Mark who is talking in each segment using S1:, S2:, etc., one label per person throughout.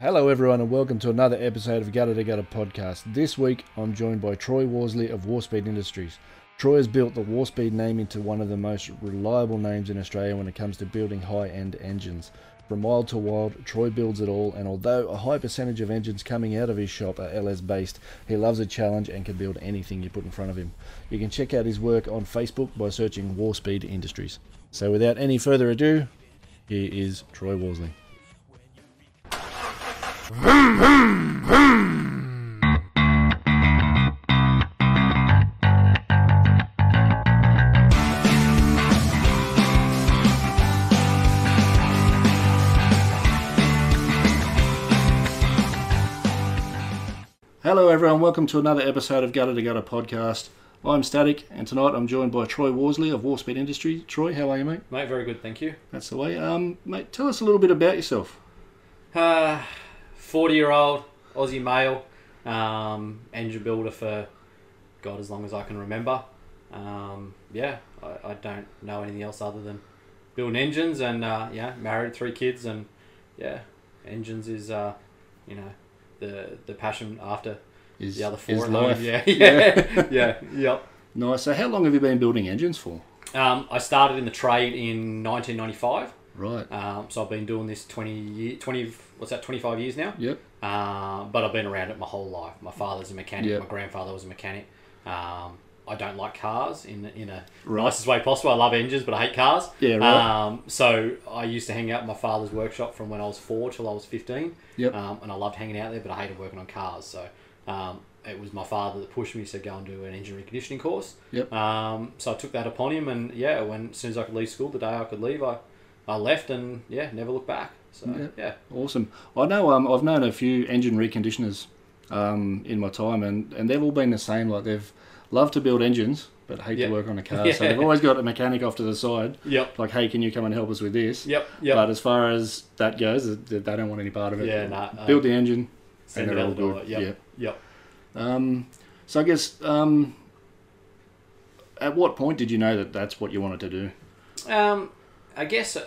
S1: Hello, everyone, and welcome to another episode of Gutter to Gutter podcast. This week, I'm joined by Troy Worsley of Warspeed Industries. Troy has built the Warspeed name into one of the most reliable names in Australia when it comes to building high end engines. From wild to wild, Troy builds it all, and although a high percentage of engines coming out of his shop are LS based, he loves a challenge and can build anything you put in front of him. You can check out his work on Facebook by searching Warspeed Industries. So, without any further ado, here is Troy Worsley. Hello, everyone. Welcome to another episode of Gutter to Gutter podcast. I'm Static, and tonight I'm joined by Troy Worsley of Warspeed Industry. Troy, how are you, mate?
S2: Mate, very good, thank you.
S1: That's the way. Um, mate, tell us a little bit about yourself.
S2: Uh, 40 year old Aussie male, um, engine builder for God as long as I can remember. Um, yeah, I, I don't know anything else other than building engines and uh, yeah, married, three kids, and yeah, engines is uh, you know the the passion after
S1: Is
S2: the other four
S1: is
S2: in life.
S1: life.
S2: Yeah, yeah, yeah, yep.
S1: Nice. So, how long have you been building engines for?
S2: Um, I started in the trade in 1995,
S1: Right.
S2: um, so I've been doing this 20 year, 20 what's that 25 years now.
S1: Yep.
S2: Um, but I've been around it my whole life. My father's a mechanic.
S1: Yeah.
S2: My grandfather was a mechanic. Um, I don't like cars in in a
S1: Right.
S2: nicest way possible. I love engines, but I hate cars.
S1: Yeah, right.
S2: Um, so I used to hang out in my father's workshop from when I was four till I was fifteen.
S1: Yep.
S2: Um, and I loved hanging out there, but I hated working on cars. So um, it was my father that pushed me to go and do an engine reconditioning course.
S1: Yep.
S2: Um, so I took that upon him, and yeah, when as soon as I could leave school, the day I could leave, I, I left, and yeah, never looked back. So
S1: Yeah.
S2: yeah.
S1: Awesome. I know. Um, I've known a few engine reconditioners, um, in my time, and and they've all been the same. Like they've loved to build engines, but hate
S2: Yeah.
S1: to work on a car. So
S2: Yeah.
S1: they've always got a mechanic off to the side,
S2: Yep.
S1: like, "Hey, can you come and help us with this?"
S2: Yep. Yep.
S1: But as far as that goes, they they don't want any part of it.
S2: Yeah, nah, um,
S1: Build the engine.
S2: Send
S1: And
S2: it
S1: they're
S2: out the
S1: all
S2: door.
S1: good,
S2: Yep.
S1: yeah.
S2: Yep.
S1: Um, so I guess, um, at what point did you know that that's what you wanted to do?
S2: Um, I guess uh,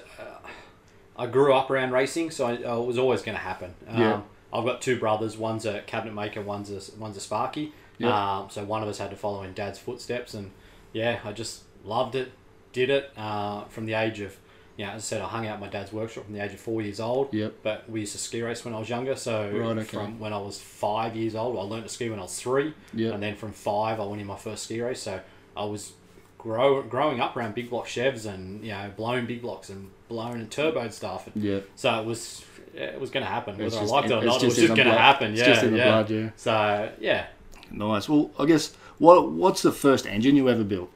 S2: I grew up around racing, so I, uh, it was always going to happen. Um,
S1: Yeah.
S2: I've got two brothers. One's a cabinet maker. One's a one's a Sparky.
S1: Yeah.
S2: Um, so one of us had to follow in Dad's footsteps, and yeah, I just loved it. Did it uh, from the age of, you know, as I said, I hung out at my dad's workshop from the age of four years old.
S1: Yep.
S2: But we used to ski race when I was younger, so
S1: Right, okay.
S2: from when I was five years old, I learned to ski when I was three.
S1: Yeah.
S2: And then from five, I went in my first ski race. So I was grow, growing up around big block Chevs and you know blowing big blocks and blowing and turbo and stuff. And
S1: Yeah.
S2: So it was yeah, it was going to happen whether
S1: It's
S2: I
S1: just
S2: liked it or
S1: in- it's
S2: not. It
S1: just
S2: was
S1: in
S2: just
S1: the
S2: going to
S1: blood.
S2: happen.
S1: It's
S2: yeah,
S1: just in the
S2: yeah.
S1: blood, yeah.
S2: So yeah.
S1: Nice. Well, I guess, what what's the first engine you ever built?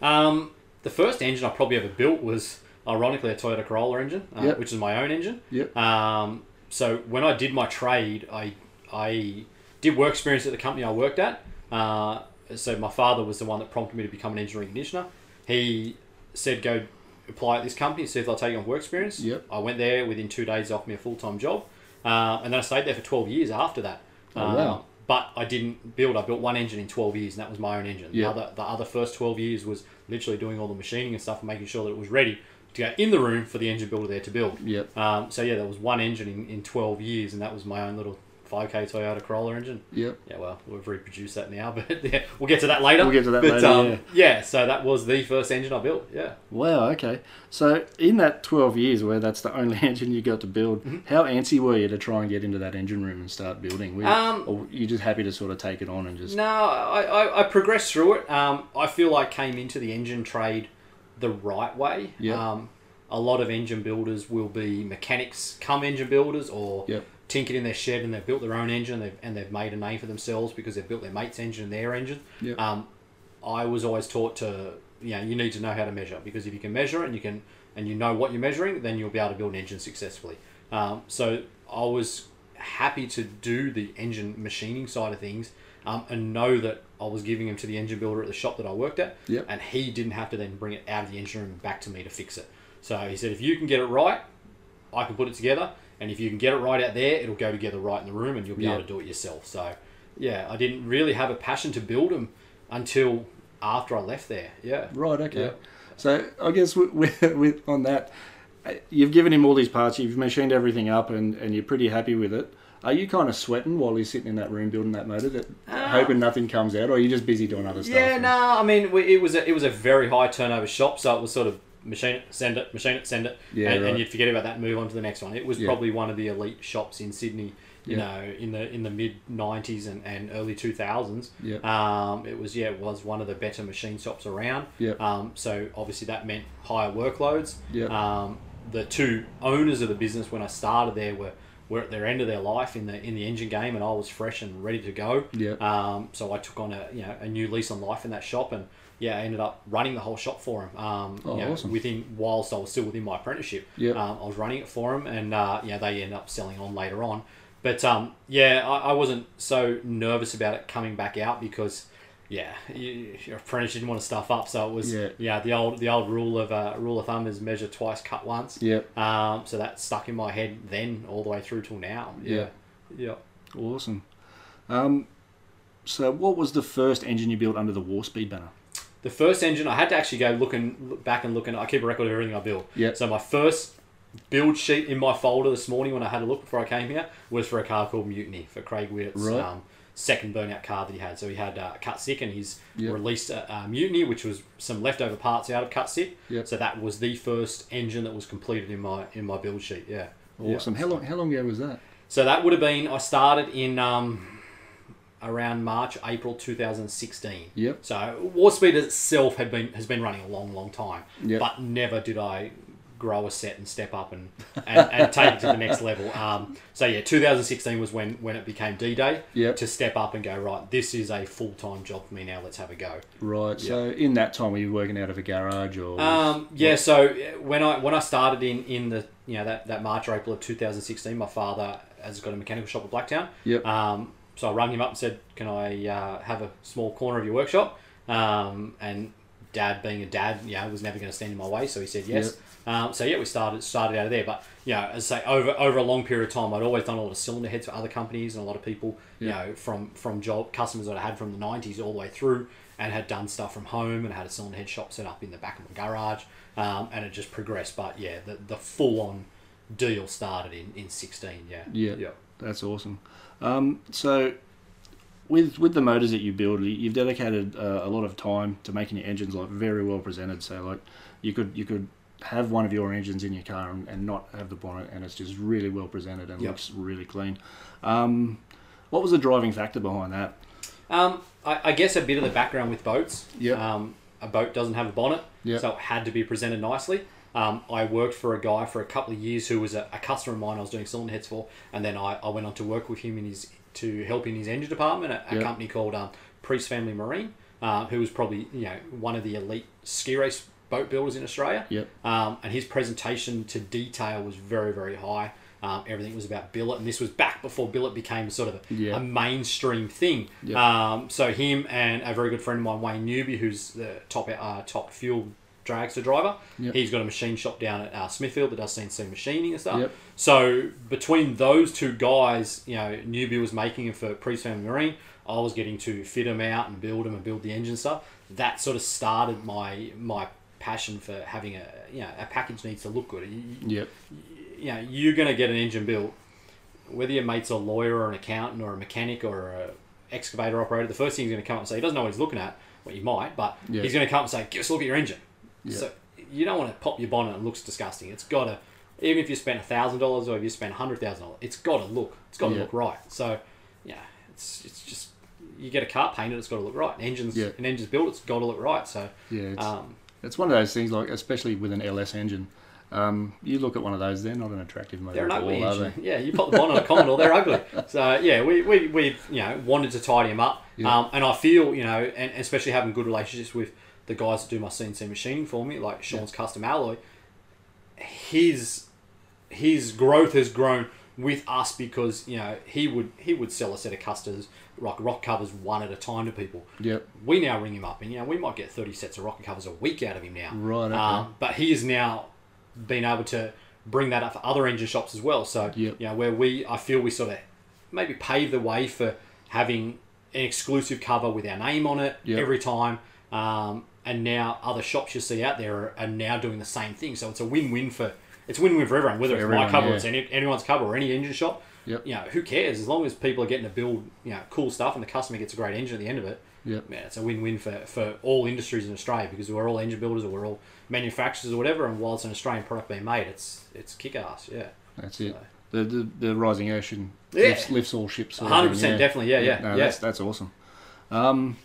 S2: Um, the first engine I probably ever built was ironically a Toyota Corolla engine, uh,
S1: Yep.
S2: which is my own engine.
S1: Yep.
S2: Um, so when I did my trade, I I did work experience at the company I worked at. Uh, so my father was the one that prompted me to become an engineering conditioner. He said go apply at this company, see if they'll take you on work experience.
S1: Yep.
S2: I went there within two days, they offered me a full time job, uh, and then I stayed there for twelve years after that.
S1: Oh,
S2: Uh,
S1: wow.
S2: but I didn't build. I built one engine in twelve years, and that was my own engine.
S1: Yeah.
S2: The other the other first twelve years was literally doing all the machining and stuff, and making sure that it was ready to go in the room for the engine builder there to build.
S1: Yep.
S2: Um, so yeah, there was one engine in, in twelve years, and that was my own little five k Toyota Corolla engine.
S1: Yep.
S2: Yeah, well, we've reproduced that now, but yeah, we'll get to that later.
S1: We'll get to that
S2: but,
S1: later,
S2: Um,
S1: yeah.
S2: so that was the first engine I built. Yeah.
S1: Wow. Okay. So in that twelve years where that's the only engine you got to build,
S2: Mm-hmm.
S1: how antsy were you to try and get into that engine room and start building? Were you,
S2: Um,
S1: or were you just happy to sort of take it on and just
S2: No, I, I, I progressed through it. Um, I feel I came into the engine trade the right way.
S1: Yeah.
S2: Um, a lot of engine builders will be mechanics, come engine builders, or
S1: Yep.
S2: tinkered in their shed and they've built their own engine and they've, and they've made a name for themselves because they've built their mate's engine and their engine.
S1: Yep.
S2: Um, I was always taught to, you know, you need to know how to measure because if you can measure it and you can and you know what you're measuring, then you'll be able to build an engine successfully. Um, so I was happy to do the engine machining side of things um, and know that I was giving them to the engine builder at the shop that I worked at,
S1: Yep.
S2: and he didn't have to then bring it out of the engine room and back to me to fix it. So he said, if you can get it right, I can put it together, and if you can get it right out there, it'll go together right in the room, and you'll be
S1: Yeah.
S2: able to do it yourself. So, yeah, I didn't really have a passion to build them until after I left there. Yeah,
S1: Right. Okay.
S2: Yeah.
S1: So I guess with, with, with on that,
S3: uh, you've given him all these parts, you've machined everything up, and, and you're pretty happy with it. Are you kind of sweating while he's sitting in that room building that motor, that
S2: Ah.
S3: hoping nothing comes out, or are you just busy doing other stuff?
S2: Yeah, no, I mean we, it was a, it was a very high turnover shop, so it was sort of machine it, send it, machine it, send it,
S3: Yeah,
S2: and,
S3: right.
S2: and you'd forget about that, move on to the next one. It was
S3: Yeah.
S2: probably one of the elite shops in Sydney, you
S3: Yeah.
S2: know, in the in the mid '90s and, and early 2000s.
S3: Yeah.
S2: Um, it was yeah, it was one of the better machine shops around.
S3: Yeah.
S2: Um, so obviously that meant higher workloads.
S3: Yeah.
S2: Um, the two owners of the business when I started there were were at their end of their life in the in the engine game, and I was fresh and ready to go.
S3: Yeah.
S2: Um, so I took on a you know a new lease on life in that shop, and yeah, I ended up running the whole shop for him. Um,
S3: Oh,
S2: you know,
S3: awesome.
S2: Within whilst I was still within my apprenticeship,
S3: Yeah.
S2: um, I was running it for him, and uh, yeah, they ended up selling on later on. But um, yeah, I, I wasn't so nervous about it coming back out because. Yeah, you, your apprentice didn't want to stuff up, so it was
S3: Yeah.
S2: yeah, the old the old rule of uh, rule of thumb is measure twice, cut once.
S3: Yeah.
S2: Um, so that stuck in my head then all the way through till now.
S3: Yeah.
S2: Yeah.
S3: Awesome. Um, so, what was the first engine you built under the War Speed banner?
S2: The first engine, I had to actually go look and look back and look, and I keep a record of everything I build.
S3: Yep.
S2: So my first build sheet in my folder this morning when I had a look before I came here was for a car called Mutiny for Craig Wittett's
S3: Right.
S2: um, second burnout car that he had. So he had uh, Cut Sick, and he's
S3: Yep.
S2: released a, a Mutiny, which was some leftover parts out of Cut Sick.
S3: Yep.
S2: So that was the first engine that was completed in my in my build sheet. Yeah. Yeah.
S3: Awesome. How long? How long ago was that?
S2: So that would have been I started in um, around March, April 2016.
S3: Yep.
S2: So Warspeed itself had been has been running a long, long time.
S3: Yep.
S2: But never did I grow a set and step up and, and, and take it to the next level. Um, so yeah, 2016 was when when it became D Day.
S3: Yep.
S2: To step up and go right, this is a full time job for me now. Let's have a go.
S3: Right. So, in that time, were you working out of a garage or?
S2: Um, yeah, so uh, when I when I started in, in the you know that, that March April of 2016, my father has got a mechanical shop at Blacktown.
S3: Yep.
S2: Um, so I rung him up and said, "Can I uh, have a small corner of your workshop?" Um, and Dad, being a dad, yeah, was never going to stand in my way, so he said yes. Um, so yeah, we started started out of there. But you know, as I say, over over a long period of time, I'd always done a lot of cylinder heads for other companies and a lot of people,
S3: Yeah.
S2: you know, from from job customers that I had from the '90s all the way through, and had done stuff from home and had a cylinder head shop set up in the back of my garage, um, and it just progressed. But yeah, the the full on deal started in in 16. Yeah.
S3: Yeah.
S2: Yeah.
S3: That's awesome. Um, so, with with the motors that you build, you- you've dedicated uh, a lot of time to making your engines like very well presented. So, like you could you could have one of your engines in your car and, and not have the bonnet, and it's just really well presented and
S2: Yep.
S3: looks really clean. Um, what was the driving factor behind that?
S2: Um, I, I guess a bit of the background with boats.
S3: Yep.
S2: Um, a boat doesn't have a bonnet,
S3: Yep.
S2: so it had to be presented nicely. Um, I worked for a guy for a couple of years who was a, a customer of mine. I was doing cylinder heads for, and then I, I went on to work with him in his to help in his engine department at a
S3: Yep.
S2: company called um, Priest Family Marine, uh, who was probably you know one of the elite ski race boat builders in Australia.
S3: Yep.
S2: Um, and his presentation to detail was very very high. Um, everything was about billet, and this was back before billet became sort of a,
S3: Yeah.
S2: a mainstream thing.
S3: Yeah.
S2: Um, so him and a very good friend of mine, Wayne Newby, who's the top uh, top fuel dragster driver.
S3: Yep.
S2: He's got a machine shop down at uh, Smithfield that does CNC machining and stuff.
S3: Yep.
S2: So between those two guys, you know, Newby was making it for Priest Family Marine. I was getting to fit them out and build them and build the engine stuff. That sort of started my my passion for having a you know a package needs to look good. You- you-
S3: Yep.
S2: you know, you're going to get an engine built, whether your mate's a lawyer or an accountant or a mechanic or a excavator operator, the first thing he's going to come up and say, he doesn't know what he's looking at, well, you might, but
S3: Yeah.
S2: he's going to come up and say, give us a look at your engine.
S3: Yeah.
S2: So you don't want to pop your bonnet and it looks disgusting. It's got to, even if you spent $1,000 or if you spent $100,000, it's got to look, it's got to
S3: Yeah.
S2: look right. So, yeah, it's, it's just, you get a car painted, it's got to look right. An engine's,
S3: Yeah.
S2: an engine's built, it's got to look right. So,
S3: Yeah. It's,
S2: um,
S3: It's one of those things, like especially with an LS engine. Um, you look at one of those; they're not an attractive motor
S2: They're an
S3: at
S2: ugly
S3: all, are they?
S2: engine. Yeah, you put the bonnet on a Commodore, they're ugly. So yeah, we we we you know wanted to tidy them up,
S3: Yeah.
S2: um, and I feel you know, and especially having good relationships with the guys that do my CNC machining for me, like Sean's Custom Alloy. His his growth has grown with us because you know he would he would sell a set of customers rock rock covers one at a time to people
S3: Yep.
S2: we now ring him up, and you know we might get thirty sets of rocket covers a week out of him now.
S3: Right, okay.
S2: Um, but he has now been able to bring that up for other engine shops as well. So
S3: Yep.
S2: you know where we, I feel we sort of maybe pave the way for having an exclusive cover with our name on it
S3: Yep.
S2: every time. Um, and now other shops you see out there are, are now doing the same thing. So it's a win-win for it's win win for everyone, whether
S1: For
S2: it's
S1: everyone,
S2: my cover,
S1: yeah.
S2: or it's any, anyone's cover, or any engine shop.
S1: Yep.
S2: You know, who cares? As long as people are getting to build, you know, cool stuff, and the customer gets a great engine at the end of it.
S1: Yep.
S2: Yeah, it's a win win for, for all industries in Australia because we're all engine builders or we're all manufacturers or whatever. And while it's an Australian product being made, it's it's kick ass. Yeah.
S1: That's it. The, the the rising ocean
S2: Yeah.
S1: lifts, lifts all ships. sort of
S2: hundred
S1: thing,
S2: percent, definitely. Yeah, yeah,
S1: No,
S2: yeah.
S1: That's, that's awesome. Um,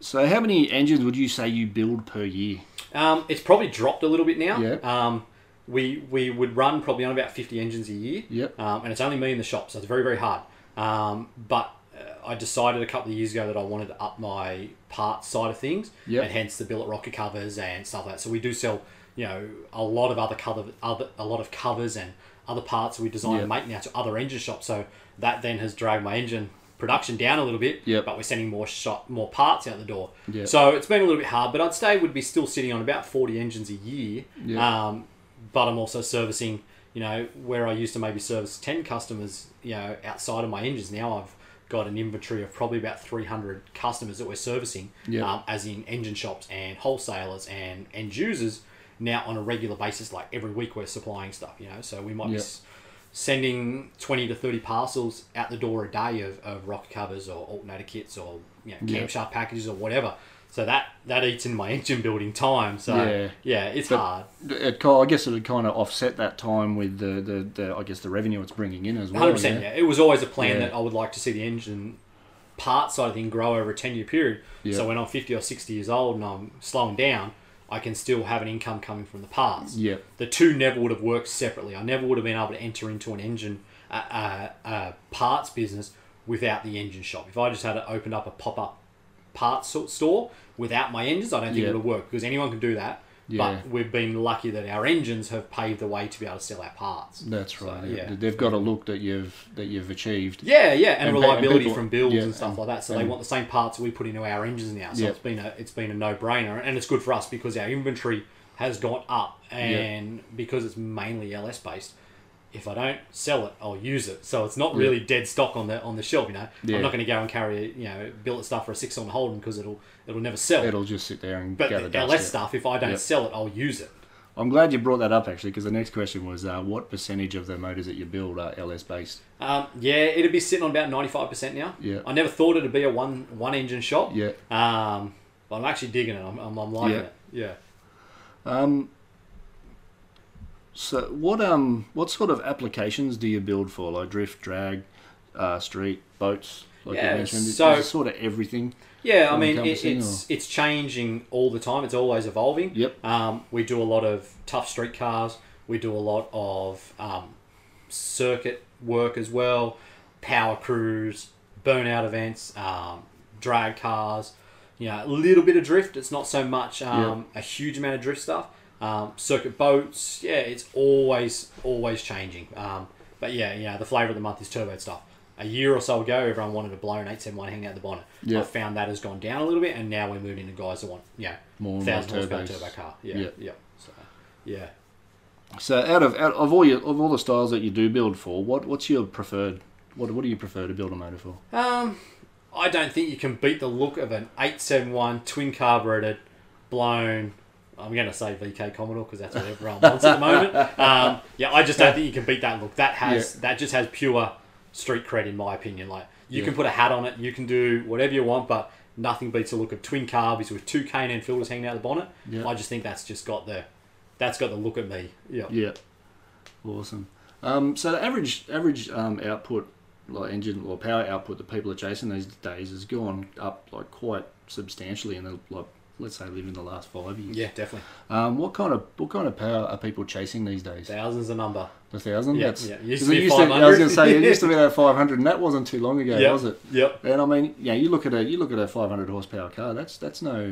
S1: so how many engines would you say you build per year?
S2: Um, it's probably dropped a little bit now.
S1: Yeah.
S2: Um, we we would run probably on about fifty engines a year.
S1: Yep.
S2: Um, and it's only me in the shop, so it's very very hard. Um, but uh, I decided a couple of years ago that I wanted to up my parts side of things,
S1: Yep.
S2: and hence the billet rocker covers and stuff like that. So we do sell, you know, a lot of other cover, other a lot of covers and other parts that we design and
S1: Yep.
S2: make now to other engine shops. So that then has dragged my engine production down a little bit.
S1: Yep.
S2: But we're sending more shot more parts out the door.
S1: Yep.
S2: So it's been a little bit hard, but I'd say would be still sitting on about forty engines a year.
S1: Yep.
S2: Um, but I'm also servicing, you know, where I used to maybe service 10 customers, you know, outside of my engines. Now I've got an inventory of probably about 300 customers that we're servicing,
S1: Yep.
S2: um, as in engine shops and wholesalers and end users. Now on a regular basis, like every week, we're supplying stuff, you know, so we might be
S1: Yep.
S2: s- sending 20 to 30 parcels out the door a day of, of rock covers or alternator kits or, you know,
S1: Yep.
S2: camshaft packages or whatever. So that, that eats in my engine building time. So
S1: Yeah.
S2: yeah, it's
S1: But-
S2: hard.
S1: It, ki- I guess it would kind of offset that time with the, the, the I guess the revenue it's bringing in as well.
S2: Hundred percent. Yeah, it was always a plan
S1: Yeah.
S2: that I would like to see the engine part side of thing grow over a ten year period.
S1: Yeah.
S2: So when I'm fifty or sixty years old and I'm slowing down, I can still have an income coming from the parts.
S1: Yeah.
S2: The two never would have worked separately. I never would have been able to enter into an engine uh, uh, uh, parts business without the engine shop. If I just had opened up a pop up parts so- store without my engines, I don't think
S1: Yeah.
S2: it would have worked because anyone can do that.
S1: Yeah.
S2: But we've been lucky that our engines have paved the way to be able to sell our parts.
S1: That's
S2: So,
S1: right. yeah.
S2: yeah.
S1: They've got a look that you've that you've achieved.
S2: Yeah, yeah,
S1: And pe-
S2: and,
S1: and
S2: reliability
S1: people-
S2: from builds
S1: yeah,
S2: and stuff like that. So they
S1: and-
S2: want the same parts that we put into our engines now. So
S1: Yeah.
S2: it's been a it's been a no brainer, and it's good for us because our inventory has gone up, and because it's mainly LS based. If I don't sell it, I'll use it. So it's not really dead stock on the on the shelf. You know,
S1: Yeah.
S2: I'm not going to go and carry you know billet stuff for a six on Holden because it'll it'll never sell.
S1: It'll just sit there and
S2: but
S1: gather
S2: the
S1: dust.
S2: LS
S1: yeah.
S2: stuff, if I don't
S1: Yep.
S2: sell it, I'll use it.
S1: I'm glad you brought that up actually, because the next question was uh, what percentage of the motors that you build are LS based?
S2: Um, yeah, it'd be sitting on about ninety five percent now.
S1: Yeah.
S2: I never thought it'd be a one one engine shop.
S1: Yeah.
S2: Um, but I'm actually digging it. I'm, I'm, I'm liking
S1: Yeah.
S2: it. Yeah.
S1: Um, so what um what sort of applications do you build for like drift, drag, uh, street, boats? Like
S2: Yeah,
S1: you mentioned,
S2: so-
S1: Is it sort of everything.
S2: Yeah, I mean, it,
S1: Encompassing
S2: it's it's changing all the time. It's always evolving.
S1: Yep.
S2: Um, we do a lot of tough street cars. We do a lot of um, circuit work as well, power crews, burnout events, um, drag cars. You know, a little bit of drift. It's not so much um, a huge amount of drift stuff. Um, circuit boats. Yeah, it's always always changing. Um, but yeah, you know, the flavour of the month is turbo stuff. A year or so ago, everyone wanted a blown 871 hanging out the bonnet.
S1: Yeah.
S2: I found that has gone down a little bit, and now we're moving into guys that want, you know,
S1: More and more
S2: thousand horsepower
S1: turbos.
S2: turbo car. Yeah,
S1: Yeah.
S2: yeah. So, yeah.
S1: So out of out of all your of all the styles that you do build for, what what's your preferred? What what do you prefer to build a motor for?
S2: Um, I don't think you can beat the look of an 871 twin carbureted, blown. I'm going to say VK Commodore because that's what everyone wants at the moment. Um, yeah, I just don't think you can beat that look. That has that just has pure street cred in my opinion. Like you
S1: Yeah.
S2: can put a hat on it, you can do whatever you want, but nothing beats the look of twin carbies with two K&N filters hanging out the bonnet.
S1: Yeah.
S2: I just think that's just got the that's got the look at me. Yeah.
S1: Yeah, awesome. Um, so the average average um, output, like engine or power output that people are chasing these days has gone up like quite substantially in the like let's say live in the last five years.
S2: Yeah, definitely.
S1: Um, what kind of what kind of power are people chasing these days?
S2: Thousands a number.
S1: The thousand.
S2: Yeah,
S1: That's
S2: yeah. It
S1: because
S2: used to
S1: it
S2: be
S1: used to I was
S2: 500.
S1: going to say it used to be that five hundred, and that wasn't too long ago,
S2: Yep.
S1: was it?
S2: Yep.
S1: And I mean, yeah, you look at a you look at a five hundred horsepower car. That's that's no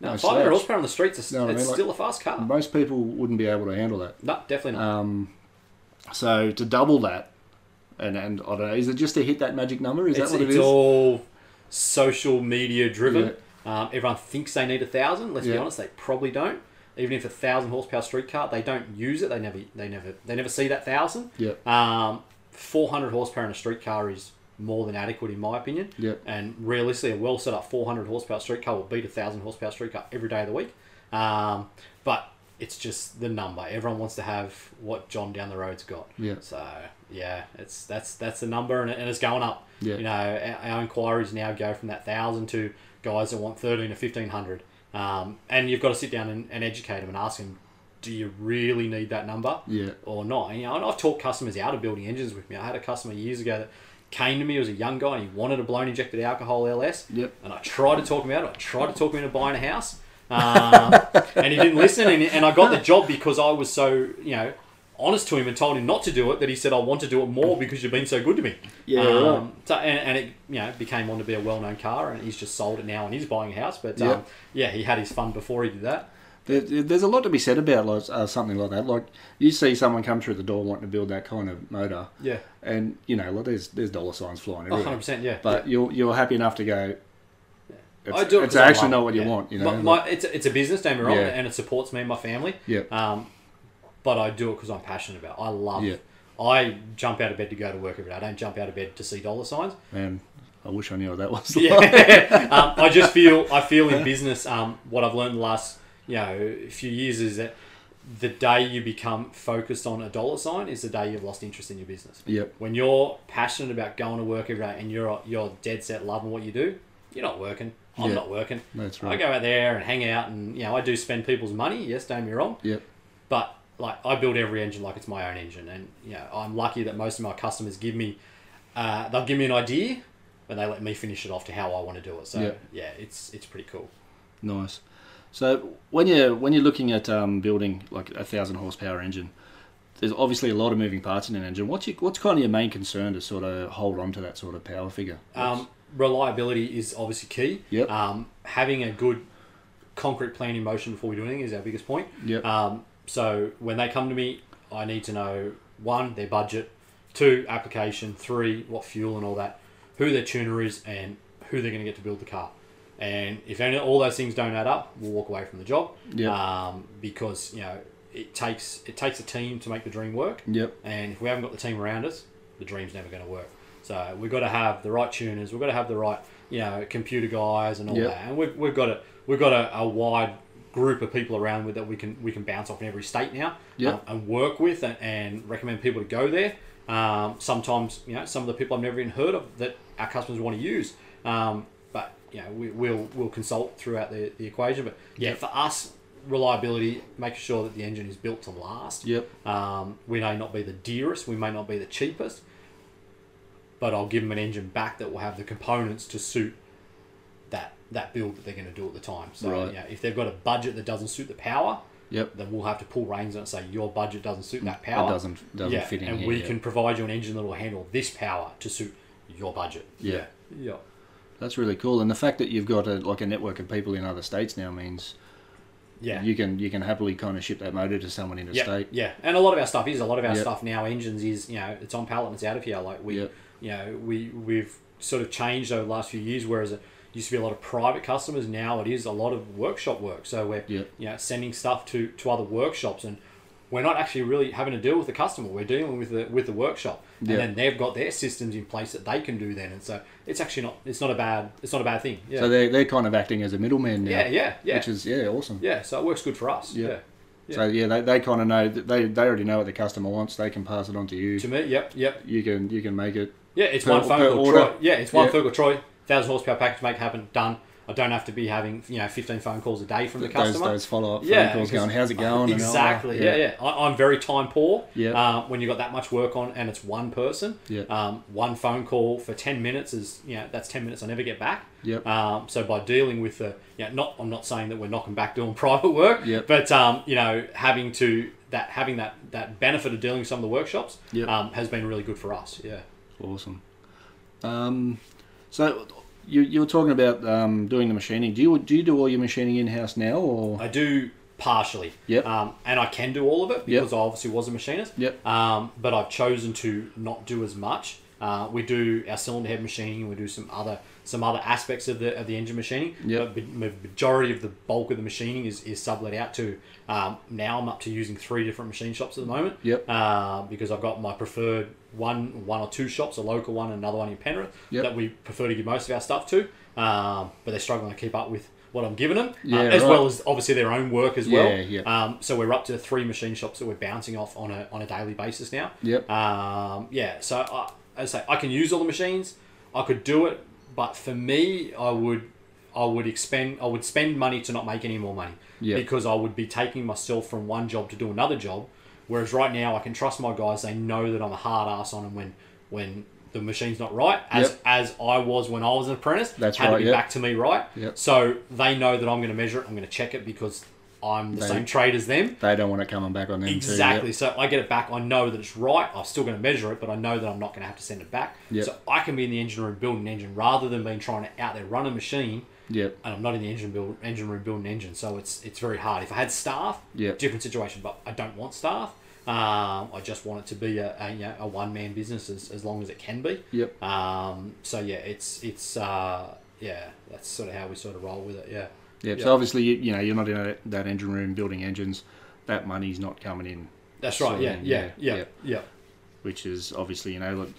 S2: No,
S1: no
S2: 500
S1: slouch.
S2: horsepower on the streets is
S1: No, I mean,
S2: it's
S1: like-
S2: still a fast car.
S1: Most people wouldn't be able to handle that.
S2: No, definitely not.
S1: Um, so to double that, and and I don't know, is it just to hit that magic number? Is
S2: it's,
S1: that what it
S2: it's
S1: is?
S2: all social media driven. Um, everyone thinks they need a thousand. Let's
S1: Yeah.
S2: be honest, they probably don't. Even if a thousand horsepower street car, they don't use it. They never, they never, they never see that thousand.
S1: Yep.
S2: Um, four hundred horsepower in a street car is more than adequate in my opinion.
S1: Yep.
S2: And realistically, a well set up four hundred horsepower street car will beat a thousand horsepower street car every day of the week. Um, but it's just the number. Everyone wants to have what John down the road's got.
S1: Yeah.
S2: So yeah, it's that's that's the number, and, it- and it's going up.
S1: Yeah.
S2: You know, our, our inquiries now go from that thousand to guys that want thirteen to fifteen hundred, um, and you've got to sit down and, and educate them and ask them, do you really need that number?
S1: Yeah.
S2: or not. And, you know, and I've taught customers out of building engines with me. I had a customer years ago that came to me, he was a young guy, and he wanted a blown injected alcohol LS.
S1: Yep.
S2: And I tried to talk him out. of it. I tried to talk him into buying a house, um, and he didn't listen. And, and I got the job because I was so you know honest to him and told him not to do it. That he said, "I want to do it more because you've been so good to me." Um,
S1: Yeah, right.
S2: So and, and it you know became on to be a well-known car, and he's just sold it now, and he's buying a house. But
S1: Yeah.
S2: um, yeah, he had his fun before he did that.
S1: There, there's a lot to be said about like, uh, something like that. Like you see someone come through the door wanting to build that kind of motor,
S2: Yeah.
S1: and you know, like there's there's dollar signs flying
S2: Oh,
S1: everywhere.
S2: 100%, yeah.
S1: But you're you're happy enough to go. It's,
S2: I do it
S1: it's
S2: 'cause I
S1: actually
S2: love
S1: not
S2: it,
S1: what you
S2: yeah.
S1: want, you know.
S2: My,
S1: like-
S2: my, it's, it's a business, don't get me wrong,
S1: Yeah.
S2: and it supports me and my family.
S1: yeah,
S2: Um, but I do it because I'm passionate about. it. I love.
S1: Yeah.
S2: I jump out of bed to go to work every day. I don't jump out of bed to see dollar signs.
S1: man. I wish I knew what that was.
S2: Yeah. um, I just feel I feel in business. Um, what I've learned the last you know few years is that the day you become focused on a dollar sign is the day you've lost interest in your business.
S1: Yep.
S2: When you're passionate about going to work every day and you're you're dead set loving what you do, you're not working. I'm
S1: Yeah.
S2: not working.
S1: That's
S2: I
S1: right.
S2: go out there and hang out, and you know I do spend people's money. Yes, don't be wrong,
S1: Yep.
S2: but like I build every engine like it's my own engine, and you know I'm lucky that most of my customers give me, uh, they'll give me an idea, and they let me finish it off to how I want to do it. So
S1: Yeah.
S2: yeah, it's it's pretty cool.
S1: Nice. So when you're when you're looking at um, building like a thousand horsepower engine, there's obviously a lot of moving parts in an engine. What's your, what's kind of your main concern to sort of hold on to that sort of power figure?
S2: Um, reliability is obviously key.
S1: Yep.
S2: Um, having a good concrete plan in motion before we do anything is our biggest point.
S1: Yep.
S2: Um, so when they come to me, I need to know one, their budget, two, application, three, what fuel and all that, who their tuner is, and who they're going to get to build the car. And if any, all those things don't add up, we'll walk away from the job.
S1: Yep.
S2: Um, because you know it takes it takes a team to make the dream work.
S1: Yep.
S2: And if we haven't got the team around us, the dream's never going to work. So we've got to have the right tuners. We've got to have the right, you know, computer guys and all
S1: Yep.
S2: that. And we've, we've got a we've got a, a wide group of people around with that we can we can bounce off in every state now
S1: Yep.
S2: um, and work with and, and recommend people to go there. Um, sometimes you know some of the people I've never even heard of that our customers want to use. Um, but you know we, we'll we'll consult throughout the, the equation. But yeah,
S1: Yep.
S2: for us reliability, making sure that the engine is built to last.
S1: Yep.
S2: Um, we may not be the dearest, we may not be the cheapest, but I'll give them an engine back that will have the components to suit that that build that they're going to do at the time. So
S1: Right.
S2: you know, if they've got a budget that doesn't suit the power,
S1: Yep.
S2: then we'll have to pull reins on it and say your budget doesn't suit
S1: That
S2: that power.
S1: doesn't doesn't
S2: yeah,
S1: fit in
S2: and
S1: here.
S2: we
S1: yeah.
S2: can provide you an engine that will handle this power to suit your budget.
S1: Yeah.
S2: yeah. yeah.
S1: That's really cool, and the fact that you've got a, like a network of people in other states now means
S2: Yeah.
S1: you can you can happily kind of ship that motor to someone in a
S2: Yeah,
S1: state.
S2: yeah, and a lot of our stuff is a lot of our
S1: Yep.
S2: stuff now. Engines is you know it's on pallet and it's out of here. Like we,
S1: Yep.
S2: you know, we we've sort of changed over the last few years. Whereas it used to be a lot of private customers, now it is a lot of workshop work. So we're
S1: Yep.
S2: you know sending stuff to to other workshops, and we're not actually really having to deal with the customer. We're dealing with the with the workshop, and
S1: Yep.
S2: then they've got their systems in place that they can do then. And so it's actually not it's not a bad it's not a bad thing. Yeah,
S1: So they're, they're kind of acting as a middleman now.
S2: yeah, yeah, yeah,
S1: Which is yeah awesome.
S2: yeah. So it works good for us.
S1: Yep.
S2: Yeah.
S1: So yeah, they, they kind of know that they they already know what the customer wants. They can pass it on to you.
S2: To me, yep, yep.
S1: you can you can make it.
S2: Yeah, it's
S1: Per-
S2: one phone
S1: per
S2: call,
S1: order.
S2: Troy. Yeah, it's one
S1: Yeah.
S2: phone call, Troy. Thousand horsepower package, make happen, done. I don't have to be having you know fifteen phone calls a day from the
S1: Those,
S2: customer.
S1: those follow up
S2: Yeah,
S1: phone calls
S2: because-
S1: going, how's it going? and all that.
S2: exactly. yeah, yeah. I, I'm very time poor.
S1: Yeah.
S2: Uh, when you got that much work on and it's one person.
S1: Yeah.
S2: Um, one phone call for ten minutes is you know that's ten minutes I never get back.
S1: Yep.
S2: Um, so by dealing with the yeah, not I'm not saying that we're knocking back doing private work.
S1: Yep.
S2: But um, you know having to that having that that benefit of dealing with some of the workshops
S1: Yep.
S2: um, has been really good for us. Yeah.
S1: Awesome. Um, so you you were talking about um, doing the machining. Do you do you do all your machining in house now or?
S2: I do partially.
S1: Yep.
S2: Um, and I can do all of it
S1: Yep.
S2: because I obviously was a machinist.
S1: Yep.
S2: Um, but I've chosen to not do as much. Uh, we do our cylinder head machining. We do some other some other aspects of the of the engine machining.
S1: Yep.
S2: But ma- majority of the bulk of the machining is, is sublet out to. Um, now I'm up to using three different machine shops at the moment.
S1: Yep.
S2: Uh, because I've got my preferred one one or two shops, a local one and another one in Penrith
S1: Yep.
S2: that we prefer to give most of our stuff to. Um, but they're struggling to keep up with what I'm giving them, um,
S1: Yeah,
S2: as
S1: right.
S2: well as obviously their own work as well.
S1: Yeah, yeah.
S2: Um, so we're up to three machine shops that we're bouncing off on a on a daily basis now.
S1: Yep.
S2: Um, yeah, so I, as I say, I can use all the machines. I could do it, but for me, I would, I would expend, I would spend money to not make any more money
S1: Yeah.
S2: because I would be taking myself from one job to do another job. Whereas right now, I can trust my guys. They know that I'm a hard ass on them when, when the machine's not right, as
S1: Yep.
S2: as I was when I was an apprentice.
S1: That's
S2: had
S1: right,
S2: to be
S1: yep.
S2: back to me right.
S1: Yep.
S2: So they know that I'm going to measure it. I'm going to check it because I'm the
S1: They-
S2: same trade as them.
S1: They don't want it coming back on them.
S2: Exactly.
S1: Too,
S2: So I get it back. I know that it's right. I'm still going to measure it, but I know that I'm not going to have to send it back.
S1: Yep.
S2: So I can be in the engine room building an engine rather than being trying to out there run a machine.
S1: yep.
S2: And I'm not in the engine build engine room building an engine, so it's it's very hard. If I had staff,
S1: Yep.
S2: different situation. But I don't want staff. Um, I just want it to be a, a, you know, a one man business as, as long as it can be.
S1: Yep.
S2: Um, so yeah, it's it's uh, yeah, that's sort of how we sort of roll with it. Yeah.
S1: Yep.
S2: Yeah.
S1: So obviously, you, you know, you're not in a, that engine room building engines. That money's not coming in,
S2: That's right.
S1: So
S2: yeah,
S1: then,
S2: yeah.
S1: yeah,
S2: Yeah. Yeah.
S1: yeah. which is obviously, you know, like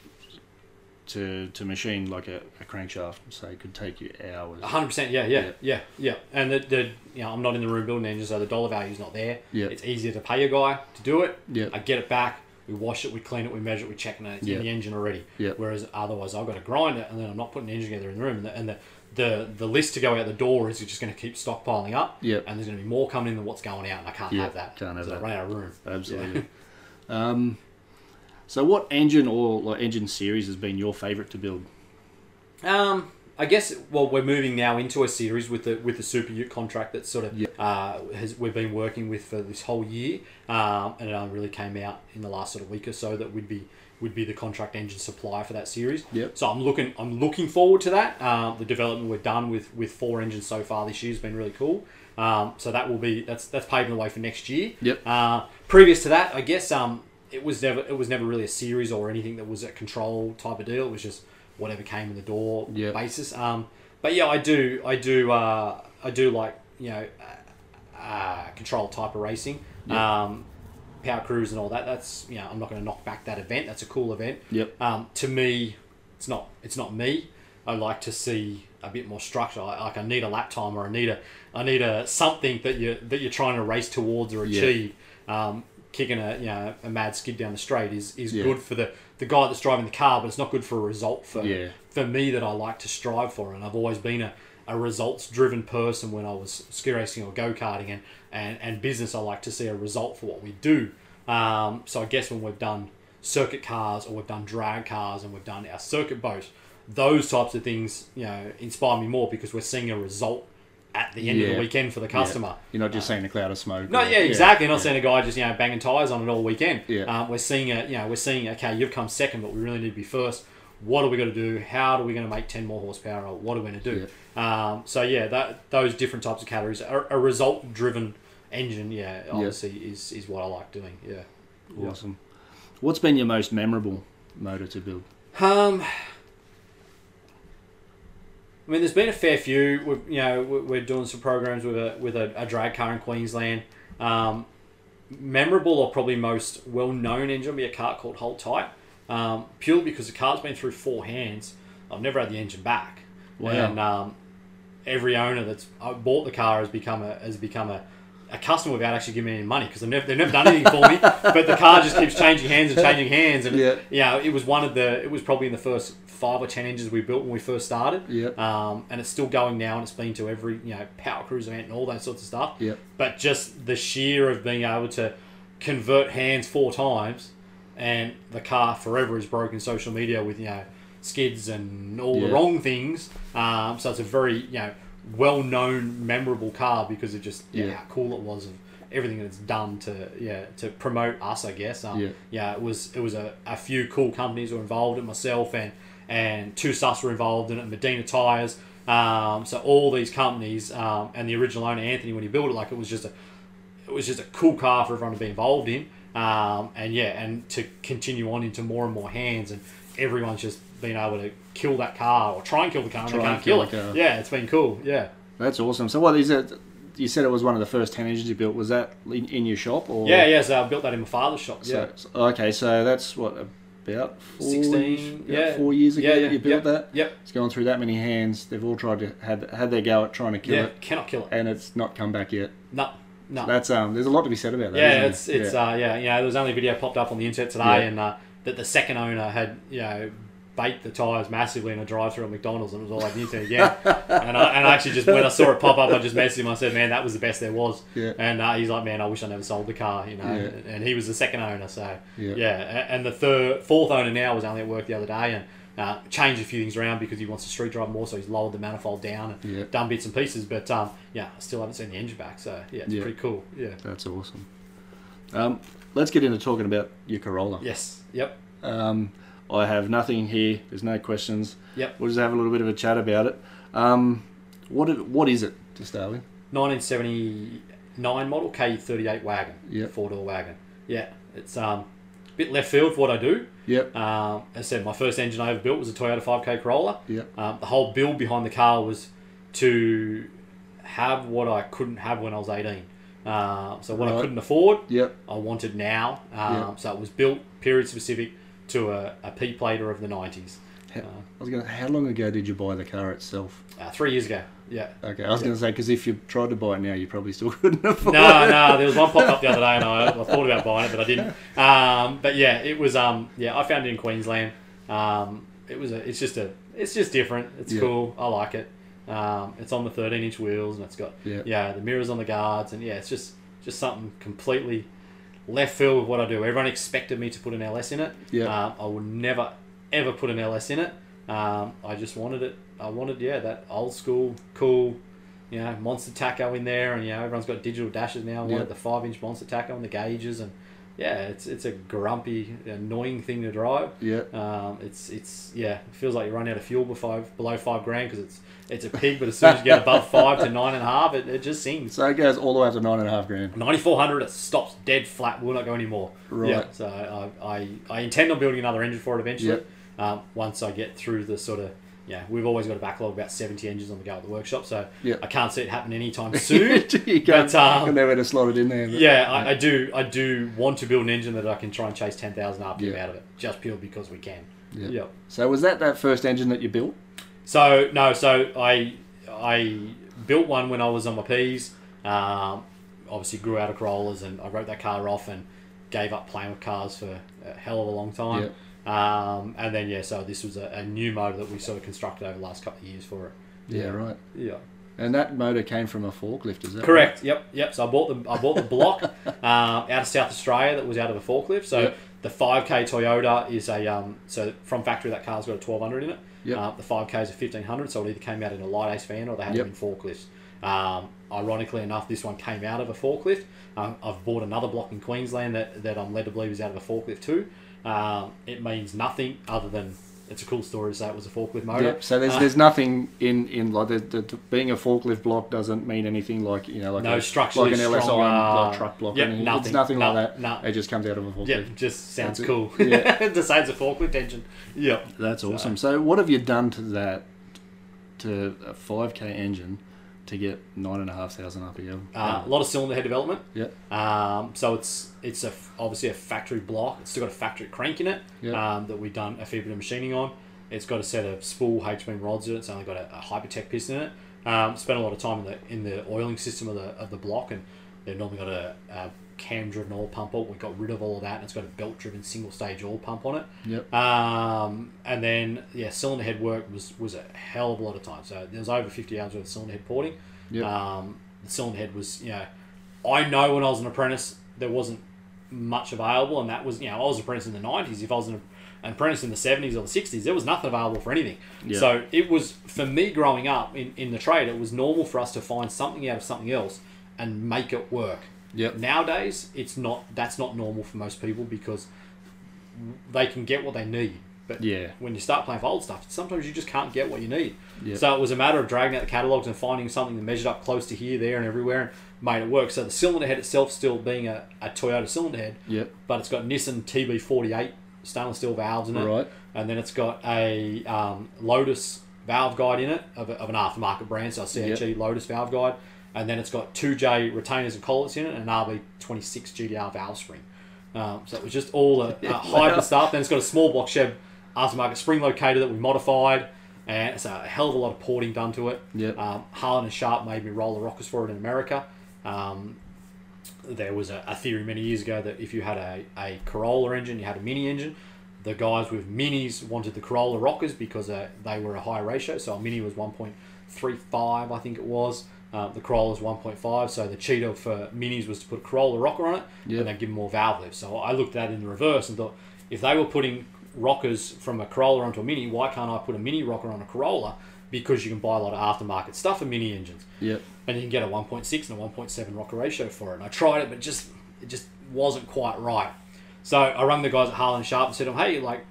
S1: to to machine like a, a crankshaft, say, could take you hours.
S2: A hundred percent. Yeah, yeah,
S1: Yeah.
S2: yeah, yeah. And the, the you know I'm not in the room building engine, so the dollar value's not there.
S1: Yeah.
S2: It's easier to pay a guy to do it.
S1: Yeah.
S2: I get it back. We wash it, we clean it, we measure it, we check it, and it's
S1: Yeah.
S2: in the engine already.
S1: Yeah.
S2: Whereas otherwise, I've got to grind it, and then I'm not putting the engine together in the room, and the and the, the, the list to go out the door is just going to keep stockpiling up.
S1: Yeah.
S2: And there's going to be more coming in than what's going out, and I can't
S1: Yeah,
S2: have that.
S1: can't have
S2: So I
S1: that.
S2: run out of room.
S1: Absolutely. um, so what engine or like engine series has been your favourite to build?
S2: Um, I guess well, we're moving now into a series with the with the Super Ute contract that sort of uh, has we've been working with for this whole year, um, and it only really came out in the last sort of week or so that we'd be would be the contract engine supplier for that series.
S1: Yep.
S2: So I'm looking I'm looking forward to that. Um, the development we've done with with four engines so far this year has been really cool. Um, so that will be that's that's paving the way for next year.
S1: Yep.
S2: Uh, previous to that, I guess um, it was never it was never really a series or anything that was a control type of deal. It was just whatever came in the door
S1: Yeah.
S2: basis. Um, but yeah, I do I do uh, I do like you know uh, uh, control type of racing. Um, power cruise and all that. That's you know I'm not going to knock back that event. That's a cool event.
S1: Yep.
S2: Um, to me, it's not it's not me. I like to see a bit more structure. I, like I need a lap time or I need a I need a something that you that you're trying to race towards or
S1: Yeah.
S2: achieve. Um, kicking a you know a mad skid down the straight is, is
S1: Yeah.
S2: good for the, the guy that's driving the car, but it's not good for a result for
S1: Yeah.
S2: for me that I like to strive for, and I've always been a, a results driven person when I was ski racing or go karting and, and, and business. I like to see a result for what we do. Um, so I guess when we've done circuit cars or we've done drag cars and we've done our circuit boat, those types of things you know inspire me more because we're seeing a result at the end of
S1: Yeah.
S2: the weekend for the customer.
S1: Yeah. You're not just seeing a cloud of smoke.
S2: No,
S1: or-
S2: yeah, exactly. Not seeing a guy just you know banging tires on it all weekend.
S1: Yeah.
S2: Um, we're seeing a you know we're seeing okay, you've come second, but we really need to be first. What are we going to do? How are we going to make ten more horsepower? Or what are we going to do? Um, so yeah, that those different types of categories, a, a result-driven engine, yeah, obviously is is what I like doing. Yeah.
S1: Awesome. What's been your most memorable motor to build?
S2: Um, I mean, there's been a fair few. We've, you know, we- we're doing some programs with a with a, a drag car in Queensland. Um, memorable or probably most well known engine would be a cart called Hold Tight, um, purely because the cart's been through four hands. I've never had the engine back,
S1: Wow.
S2: and um, every owner that's uh, bought the car has become a has become a, a customer without actually giving me any money because they've never, they've never done anything for me. But the car just keeps changing hands and changing hands, and
S1: Yeah.
S2: you know, it was one of the it was probably in the first five or ten engines we built when we first started.
S1: Yep.
S2: Um, and it's still going now, and it's been to every you know power cruise event and all those sorts of stuff.
S1: Yep.
S2: But just the sheer of being able to convert hands four times, and the car forever is broken social media with you know skids and all the
S1: Yeah.
S2: wrong things. Um, so it's a very you know well-known, memorable car because of just yeah,
S1: Yeah.
S2: how cool it was. And, Everything that it's done to yeah to promote us, I guess. Um,
S1: Yeah.
S2: yeah, it was it was a, a few cool companies were involved in myself and and two sus were involved in it, Medina Tires. Um, so all these companies um, and the original owner Anthony when he built it, like it was just a it was just a cool car for everyone to be involved in. Um, and yeah, and to continue on into more and more hands and everyone's just been able to kill that car or try and kill the car and they
S1: Try and
S2: can't kill,
S1: kill the
S2: it.
S1: car.
S2: Yeah, it's been cool. Yeah.
S1: That's awesome. So what is it? You said it was one of the first ten engines you built. Was that in, in your shop or?
S2: Yeah, yeah, so I built that in my father's shop. Yeah.
S1: So, so- okay, so that's what a about four
S2: 16,
S1: about
S2: yeah.
S1: four years ago
S2: Yeah,
S1: that
S2: yeah,
S1: you built that.
S2: Yep.
S1: It's gone through that many hands. They've all tried to had had their go at trying to kill
S2: yeah,
S1: it,
S2: cannot kill it.
S1: and it's not come back yet.
S2: No, no.
S1: That's um. There's a lot to be said about that.
S2: yeah,
S1: isn't
S2: it's
S1: there?
S2: it's yeah. uh yeah, you know, there was only a video popped up on the internet today,
S1: Yeah.
S2: and uh, that the second owner had you know baked the tires massively in a drive-through at McDonald's, and it was all like new to again. and I, and I actually just when I saw it pop up, I just messaged him. I said, "Man, that was the best there was."
S1: Yeah.
S2: And uh, he's like, "Man, I wish I never sold the car," you know.
S1: Yeah.
S2: And he was the second owner, so
S1: Yeah.
S2: a- And the third, fourth owner now was only at work the other day and. Uh, changed a few things around because he wants to street drive more, so he's lowered the manifold down and
S1: Yeah.
S2: done bits and pieces. But um, yeah, I still haven't seen the engine back, so yeah, it's
S1: Yeah.
S2: pretty cool. Yeah.
S1: That's awesome. Um, let's get into talking about your Corolla.
S2: Yes. Yep.
S1: Um, I have nothing here. There's no questions.
S2: Yep.
S1: We'll just have a little bit of a chat about it. Um, what it- what is it to start with?
S2: 1979 model K38 wagon.
S1: Yep.
S2: Four door wagon. Yeah. It's um, a bit left field for what I do.
S1: Yep.
S2: Um, as I said, my first engine I ever built was a Toyota 5K Corolla.
S1: Yep.
S2: Um, the whole build behind the car was to have what I couldn't have when I was 18. Um, so what I
S1: Right.
S2: couldn't afford,
S1: Yep.
S2: I wanted now. Um,
S1: Yeah.
S2: So it was built period specific to a, a P plater of the 90s.
S1: How, I was gonna. How long ago did you buy the car itself?
S2: Uh, three years ago. Yeah.
S1: Okay, I was gonna say because if you tried to buy it now, you probably still couldn't afford.
S2: no, no, there was one popped up the other day, and I, I thought about buying it, but I didn't. Um, but yeah, it was. Um, yeah, I found it in Queensland. Um, it was. A, it's just a. It's just different. It's
S1: Yeah.
S2: cool. I like it. Um, it's on the 13 inch wheels, and it's got
S1: Yeah.
S2: yeah the mirrors on the guards, and yeah, it's just just something completely left field with what I do. Everyone expected me to put an LS in it.
S1: Yeah.
S2: Um, I would never ever put an LS in it. Um, I just wanted it. I wanted yeah that old school cool you know, Monster Taco in there, and you know, everyone's got digital dashes now. I
S1: Yeah.
S2: wanted the five inch Monster Taco and the gauges, and yeah, it's it's a grumpy, annoying thing to drive.
S1: Yeah.
S2: Um, it's it's yeah, it feels like you run out of fuel before below five grand because it's it's a pig, but as soon as you get above five to nine and a half, it, it just sings.
S1: So it goes all the way up to nine and a half grand.
S2: Ninety four hundred, it stops dead flat. Will not go anymore.
S1: Right.
S2: Yeah, so I, I I intend on building another engine for it eventually.
S1: Yep.
S2: Um, once I get through the sort of yeah, we've always got a backlog of about seventy engines on the go at the workshop, so
S1: Yep.
S2: I can't see it happening anytime
S1: you
S2: soon.
S1: can't, you can't
S2: um,
S1: know where to slot it in there. but-
S2: Yeah, I, I do. I do want to build an engine that I can try and chase ten thousand RPM
S1: Yeah.
S2: out of it, just purely because we can.
S1: Yeah.
S2: Yep.
S1: So was that that first engine that you built?
S2: So no, so I I built one when I was on my P's. Um, obviously, grew out of Corollas, and I wrote that car off and gave up playing with cars for a hell of a long time. Um, and then yeah, so this was a, a new motor that we sort of constructed over the last couple of years for it.
S1: Yeah, right.
S2: Yeah.
S1: And that motor came from a forklift, is that right?
S2: Correct. Yep. Yep. So I bought the I bought the block um, out of South Australia that was out of a forklift. So
S1: Yep.
S2: the 5K Toyota is a um, so from factory that car's got a 1200 in it.
S1: Yep.
S2: Uh, the 5K is a 1500, so it either came out in a light ace van or they had
S1: Yep.
S2: them in forklifts. Um, ironically enough, this one came out of a forklift. Um, I've bought another block in Queensland that, that I'm led to believe is out of a forklift too. Um, it means nothing other than it's a cool story to say it was a forklift motor.
S1: Yep. So there's
S2: Uh,
S1: there's nothing in in like the, the, the- being a forklift block doesn't mean anything like you know like
S2: no
S1: a,
S2: structurally
S1: like an LSI
S2: strong, uh,
S1: like truck block. or
S2: yep,
S1: anything.
S2: nothing,
S1: It's nothing
S2: no,
S1: like that.
S2: No,
S1: It just comes out of a forklift.
S2: Yeah, just
S1: That's
S2: sounds
S1: it.
S2: cool.
S1: Yeah.
S2: the side's a forklift engine. Yeah.
S1: That's awesome. So what have you done to that to a five k engine to get nine and a half thousand RPM?
S2: Uh, a lot of cylinder head development.
S1: Yep.
S2: Um, so it's it's a, obviously a factory block. It's still got a factory crank in it
S1: Yep.
S2: um, that we've done a fair bit of machining on. It's got a set of spool H beam rods in it. It's only got a, a hypertech piston in it. Um, spent a lot of time in the in the oiling system of the of the block, and they've normally got a, a cam driven oil pump. on. We got rid of all of that, and it's got a belt driven single stage oil pump on it.
S1: Yep.
S2: Um, and then yeah, cylinder head work was was a hell of a lot of time. So there was over fifty hours worth of cylinder head porting.
S1: Yep.
S2: Um, the cylinder head was you know, I know when I was an apprentice there wasn't much available, and that was you know I was an apprentice in the nineties. If I was an, an apprentice in the seventies or the sixties, there was nothing available for anything.
S1: Yeah.
S2: So it was for me growing up in in the trade, it was normal for us to find something out of something else and make it work.
S1: Yep.
S2: Nowadays, it's not that's not normal for most people because they can get what they need. But
S1: Yeah.
S2: when you start playing for old stuff, sometimes you just can't get what you need.
S1: Yeah.
S2: So it was a matter of dragging out the catalogs and finding something that measured up close to here, there, and everywhere, and made it work. So the cylinder head itself still being a, a Toyota cylinder head,
S1: Yep.
S2: but it's got Nissan TB48 stainless steel valves in it,
S1: Right.
S2: and then it's got a um, Lotus valve guide in it of, a, of an aftermarket brand, so a CHE Lotus valve guide, and then it's got 2J retainers and collets in it, and an RB26 GDR valve spring. Um, so it was just all a, a hybrid stuff. Then it's got a small block Chev aftermarket spring locator that we modified, and it's a hell of a lot of porting done to it.
S1: Yep.
S2: Um, Harlan and Sharp made me roll the rockers for it in America. Um, there was a, a theory many years ago that if you had a, a Corolla engine, you had a mini engine. The guys with minis wanted the Corolla rockers because uh, they were a high ratio. So a mini was 1.35, I think it was. Uh, the Corolla was 1.5. So the cheetah for minis was to put a Corolla rocker on it
S1: Yep.
S2: and they'd give them more valve lifts. So I looked at that in the reverse and thought, if they were putting rockers from a Corolla onto a mini, why can't I put a mini rocker on a Corolla? Because you can buy a lot of aftermarket stuff for mini engines
S1: Yep.
S2: and you can get a 1.6 and a 1.7 rocker ratio for it. And I tried it, but just it just wasn't quite right. So I rung the guys at Harlan Sharp and said, to 'em, "Hey, like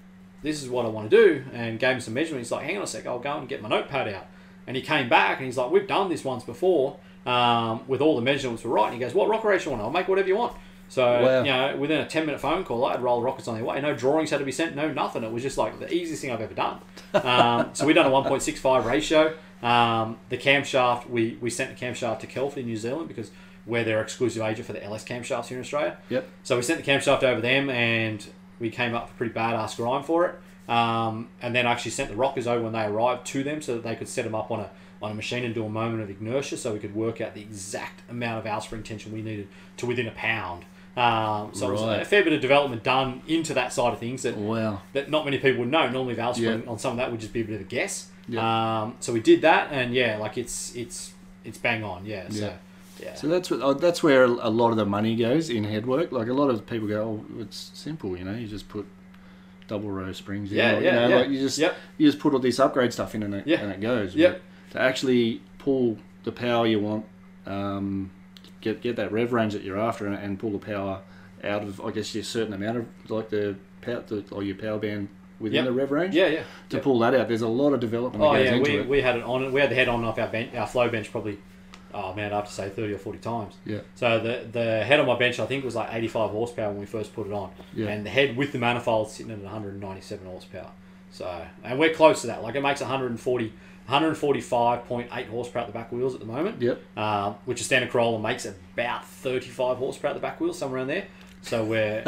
S2: this is what I want to do," and gave him some measurements. He's like, "Hang on a sec, I'll go and get my notepad out." And he came back and he's like, "We've done this once before um, with all the measurements were right." And he goes, "What rocker ratio you want? I'll make whatever you want." So
S1: Wow.
S2: you know, within a ten minute phone call, I had roll rockets on their way. No drawings had to be sent. No nothing. It was just like the easiest thing I've ever done. Um, so we done a one point six five ratio. Um, the camshaft, we, we sent the camshaft to Kelford in New Zealand because we're their exclusive agent for the LS camshafts here in Australia.
S1: Yep.
S2: So we sent the camshaft over them, and we came up with a pretty badass grind for it. Um, and then I actually sent the rockers over when they arrived to them, so that they could set them up on a on a machine and do a moment of inertia, so we could work out the exact amount of our spring tension we needed to within a pound. Um, so it was
S1: Right.
S2: a fair bit of development done into that side of things that
S1: Wow.
S2: that not many people would know. Normally, valve spring
S1: Yeah.
S2: on some of that would just be a bit of a guess.
S1: Yeah.
S2: Um, so we did that, and yeah, like it's it's it's bang on. Yeah. So yeah.
S1: So that's what, oh, that's where a lot of the money goes in headwork. Like a lot of people go, oh, it's simple, you know, you just put double row springs. in,"
S2: Yeah,
S1: or, you
S2: yeah,
S1: know,
S2: yeah.
S1: Like you just
S2: Yep.
S1: you just put all this upgrade stuff in and it,
S2: Yeah.
S1: and it goes.
S2: Yep.
S1: But To actually pull the power you want, um, get get that rev range that you're after, and, and pull the power out of I guess your certain amount of like the power the, or your power band within
S2: Yep.
S1: the rev range.
S2: yeah, yeah.
S1: To
S2: yeah.
S1: pull that out, there's a lot of development that
S2: Oh
S1: goes
S2: yeah,
S1: into
S2: we,
S1: it.
S2: we had it on. We had the head on and off our bench, our flow bench probably. Oh man, I have to say thirty or forty times.
S1: Yeah.
S2: So the the head on my bench, I think was like eighty five horsepower when we first put it on,
S1: Yeah.
S2: and the head with the manifold sitting at one hundred and ninety seven horsepower. So and we're close to that. Like it makes 140, 145.8 horsepower at the back wheels at the moment.
S1: Yep.
S2: um, which a standard Corolla makes about 35 horsepower at the back wheel, somewhere around there. So we're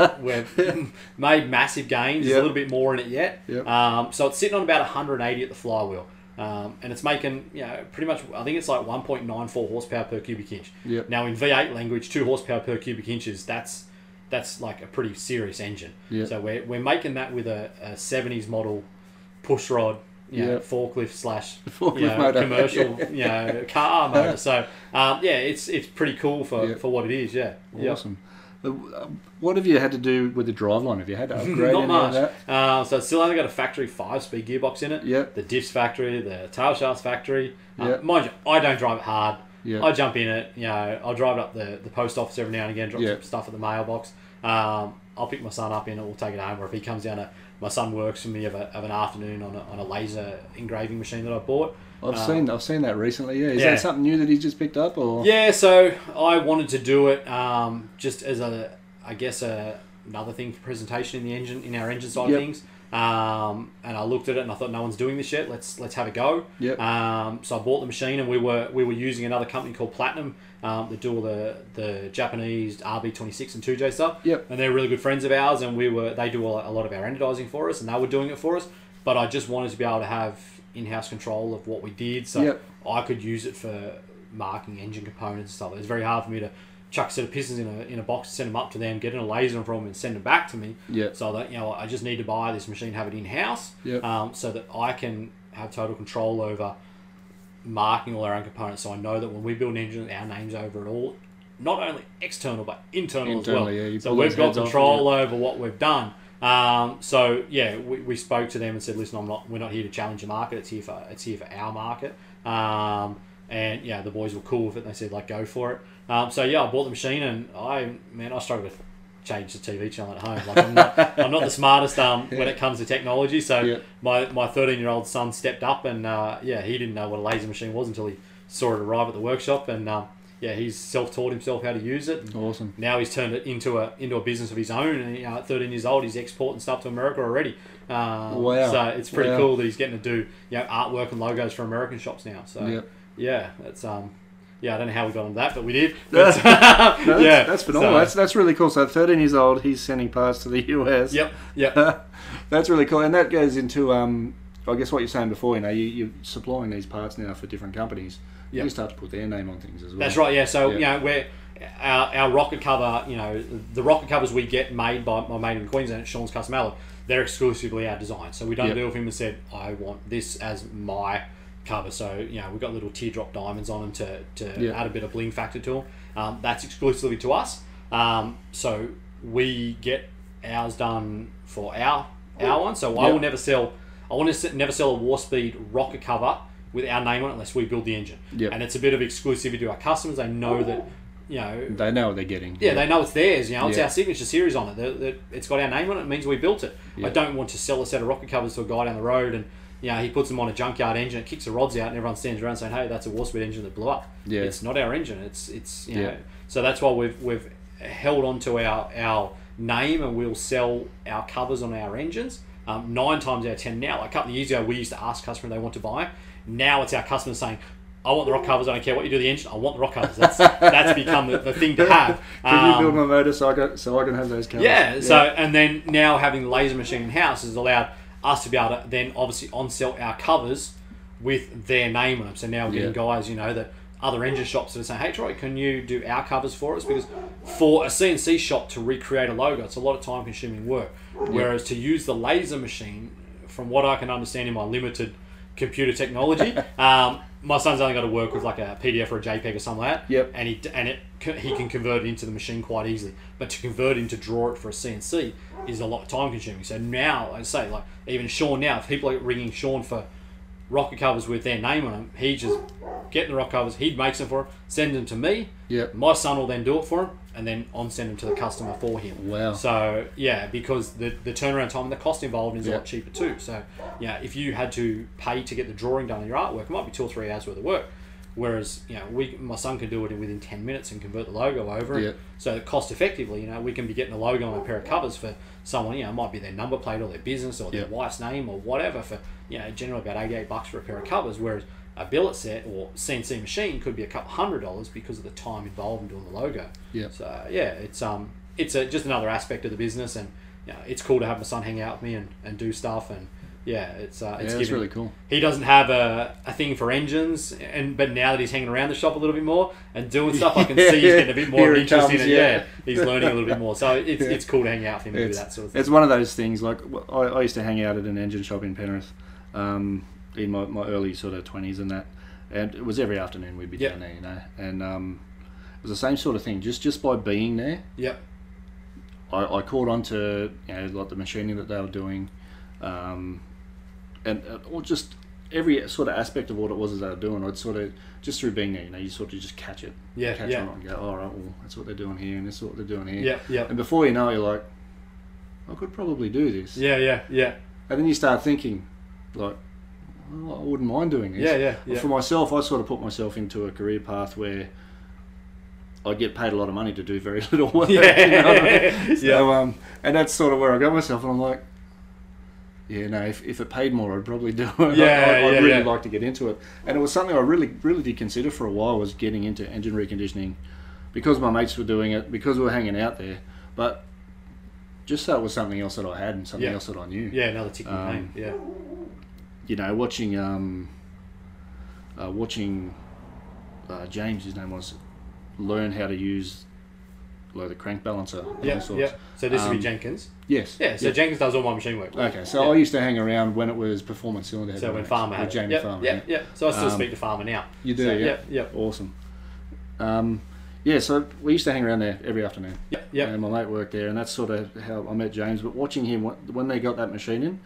S2: we've made massive gains. There's
S1: Yep.
S2: a little bit more in it yet.
S1: Yep.
S2: Um, so it's sitting on about 180 at the flywheel, um, and it's making you know pretty much I think it's like 1.94 horsepower per cubic inch.
S1: Yep.
S2: Now in V8 language, two horsepower per cubic inches. That's that's like a pretty serious engine.
S1: Yep.
S2: So we're, we're making that with a, a 70s model push rod, you know,
S1: Yep.
S2: forklift slash
S1: Forklift
S2: you know,
S1: motor.
S2: commercial you know, car motor. So um, yeah, it's it's pretty cool for,
S1: Yeah.
S2: for what it is. Yeah, Yeah.
S1: Awesome. Uh, What have you had to do with the driveline? Have you had to upgrade any
S2: Not
S1: of
S2: much.
S1: that?
S2: Uh, so it's still only got a factory five-speed gearbox in it.
S1: Yep.
S2: The diffs factory, the tail shafts factory. Uh,
S1: Yep.
S2: Mind you, I don't drive it hard.
S1: Yep.
S2: I jump in it. You know, I'll drive it up the, the post office every now and again. Drop
S1: Yep.
S2: some stuff at the mailbox. Um, I'll pick my son up in it. We'll take it home. Or if he comes down, to, my son works for me of, a, of an afternoon on a, on a laser engraving machine that I bought.
S1: I've
S2: Um,
S1: seen I've seen that recently. Yeah, is
S2: yeah.
S1: that something new that he just picked up or?
S2: Yeah, so I wanted to do it um, just as a, I guess a, another thing for presentation in the engine in our engine side
S1: Yep.
S2: of things. Um, and I looked at it and I thought, no one's doing this yet. Let's let's have a go.
S1: Yep.
S2: Um, so I bought the machine and we were we were using another company called Platinum um, that do all the the Japanese RB twenty six and two J stuff.
S1: Yep.
S2: And they're really good friends of ours, and we were they do a lot a lot of our anodizing for us, and they were doing it for us. But I just wanted to be able to have in house control of what we did, so
S1: Yep.
S2: I could use it for marking engine components and stuff. It was very hard for me to chuck a set of pistons in a, in a box, send them up to them, get in a laser from them, and send them back to me.
S1: Yeah.
S2: So that you know, I just need to buy this machine, have it in house,
S1: Yep.
S2: um, so that I can have total control over marking all our own components. So I know that when we build an engine, our names over it all, not only external but internal as well.
S1: Internally, yeah, you
S2: so
S1: pull
S2: we've
S1: those
S2: got
S1: heads off,
S2: control over what we've done. Um, so yeah, we, we spoke to them and said, listen, I'm not, we're not here to challenge the market. It's here for it's here for our market. Um, and yeah, the boys were cool with it. They said like go for it. Um, so yeah, I bought the machine and I man, I struggled to change the TV channel at home. Like I'm not, I'm not the smartest um, when it comes to technology. So
S1: Yeah.
S2: my my 13 year old son stepped up and uh, yeah, he didn't know what a laser machine was until he saw it arrive at the workshop and. Um, yeah, he's self-taught himself how to use it. and
S1: Awesome.
S2: now he's turned it into a into a business of his own, and you know, at 13 years old, he's exporting stuff to America already. Um,
S1: Wow.
S2: So it's pretty
S1: Wow.
S2: Uh, cool that he's getting to do you know artwork and logos for American shops now. So
S1: Yep.
S2: yeah, that's um, yeah, I don't know how we got on that, but we did.
S1: No,
S2: But-
S1: No, that's,
S2: yeah,
S1: that's phenomenal.
S2: so-
S1: That's that's really cool. So, 13 years old, he's sending parts to the US.
S2: yep, yep,
S1: that's really cool, and that goes into um, I guess what you're saying before. You know, you, you're supplying these parts now for different companies.
S2: Yep.
S1: You start to put their name on things as well.
S2: that's right. Yeah, so
S1: Yeah.
S2: you know we're. Our, our rocket cover, you know, the rocket covers we get made by my mate in Queensland, Sean's Custom Alloy, they're exclusively our design. So we done a
S1: Yep.
S2: deal with him and said, I want this as my cover. So, you know, we've got little teardrop diamonds on them to, to
S1: Yeah.
S2: add a bit of bling factor to them. Um, that's exclusively to us. Um, so we get ours done for our our one. So I
S1: Yeah.
S2: will never sell. I want to never sell a War Speed rocket cover with our name on it unless we build the engine.
S1: Yeah.
S2: And it's a bit of exclusivity to our customers. They know that, you know,
S1: They know what they're getting.
S2: yeah, they know it's theirs. You know, it's
S1: Yeah.
S2: our signature series on it. The, the, it's got our name on it. It means we built it.
S1: Yeah.
S2: I don't want to sell a set of rocket covers to a guy down the road and you know he puts them on a junkyard engine, it kicks the rods out, and everyone stands around saying, "Hey, that's a Warspeed engine that blew up."
S1: Yeah.
S2: it's not our engine. It's it's you
S1: Yeah.
S2: know. So that's why we've we've held on to our our name and we'll sell our covers on our engines. Um, nine times out of ten now, like a couple of years ago, we used to ask customers if they want to buy. Now it's our customers saying. I want the rock covers. I don't care what you do to the engine. I want the rock covers. That's that's become the, the thing to have.
S1: Can
S2: Um,
S1: you build my motor so I can so I can have those colours?
S2: yeah, So and then now having the laser machine in house has allowed us to be able to then obviously on sell our covers with their name on them. So now we're getting
S1: Yeah.
S2: guys, you know, that other engine shops that are saying, "Hey Troy, can you do our covers for us?" Because for a CNC shop to recreate a logo, it's a lot of time-consuming work. Whereas to use the laser machine, from what I can understand in my limited computer technology, um, my son's only got to work with like a PDF or a JPEG or something like that
S1: Yep.
S2: and he and it he can convert it into the machine quite easily. But to convert into draw it for a CNC is a lot time consuming. So now I say like even Sean now, if people are ringing Sean for rocket covers with their name on them, he just get the rock covers, he makes them for him, send them to me.
S1: Yep.
S2: My son will then do it for him, and then on send them to the customer for him.
S1: Wow.
S2: So yeah, because the the turnaround time and the cost involved is a
S1: Yeah.
S2: lot cheaper too. So yeah, if you had to pay to get the drawing done on your artwork, it might be two or three hours worth of work. Whereas you know, we my son can do it in within ten minutes and convert the logo over.
S1: Yeah.
S2: So cost effectively, you know, we can be getting a logo on a pair of covers for someone. You know, it might be their number plate or their business or
S1: Yeah.
S2: their wife's name or whatever for you know generally about eighty eight bucks for a pair of covers. Whereas a billet set or CNC machine could be a couple hundred dollars because of the time involved in doing the logo.
S1: Yeah.
S2: So yeah, it's um, it's a, just another aspect of the business, and you know, it's cool to have my son hang out with me and, and do stuff, and yeah, it's uh,
S1: Yeah,
S2: it's
S1: that's
S2: giving-
S1: really cool.
S2: He doesn't have a, a thing for engines, and but now that he's hanging around the shop a little bit more and doing stuff, I can see he's getting a bit more
S1: Here
S2: of
S1: he
S2: interest in
S1: comes,
S2: it.
S1: yeah.
S2: Yeah. he's learning a little bit more, so it's,
S1: Yeah.
S2: it's cool to hang out with him and
S1: It's-
S2: do that sort of thing.
S1: It's one of those things. Like wh- I, I used to hang out at an engine shop in Penrith, um, in my, my early sort of twenties and that, and it was every afternoon we'd be
S2: Yep.
S1: down there, you know, and um, it was the same sort of thing. Just just by being there,
S2: Yep,
S1: I, I caught on to you know like the machining that they were doing, um, and uh, or just every sort of aspect of what it was that they were doing. I'd sort of just through being there, you know, you sort of just catch it,
S2: Yeah,
S1: catch
S2: yeah.
S1: on and go, all right, well that's what they're doing here, and that's what they're doing here,
S2: yep, yep.
S1: and before you know it, you're like, I could probably do this.
S2: Yeah, yeah, yeah,
S1: And then you start thinking, like, well, I wouldn't mind doing this.
S2: yeah, yeah, yeah.
S1: For myself, I sort of put myself into a career path where I get paid a lot of money to do very little work. you know what I mean?
S2: Yeah, yeah,
S1: So, um, and that's sort of where I got myself, and I'm like, yeah, no, if, if it paid more, I'd probably do it. I-
S2: Yeah,
S1: I, would
S2: yeah,
S1: really
S2: yeah.
S1: like to get into it. And it was something I really, really did consider for a while was getting into engine reconditioning because my mates were doing it, because we were hanging out there, but just so it was something else that I had and something
S2: Yeah.
S1: else that I knew.
S2: yeah. Another ticking
S1: Um,
S2: pain. Yeah,
S1: You know, watching, um, uh, watching uh, James, his name was, learn how to use like the crank balancer. and all
S2: yeah,
S1: sorts.
S2: yeah. So this would
S1: Um,
S2: be Jenkins.
S1: Yes.
S2: Yeah, so Jenkins does all my machine work.
S1: Okay, so
S2: Yeah.
S1: I used to hang around when it was Performance Cylinder. Head
S2: So when
S1: Mates
S2: Farmer had
S1: with
S2: it.
S1: Jamie
S2: yep,
S1: Farmer.
S2: yep,
S1: yeah.
S2: yep. So I still
S1: Um,
S2: speak to Farmer now.
S1: You do,
S2: So,
S1: yeah.
S2: Yep, yep,
S1: Awesome. Um, yeah, so we used to hang around there every afternoon.
S2: yep, yep.
S1: And my mate worked there, and that's sort of how I met James. But watching him wh- when they got that machine in,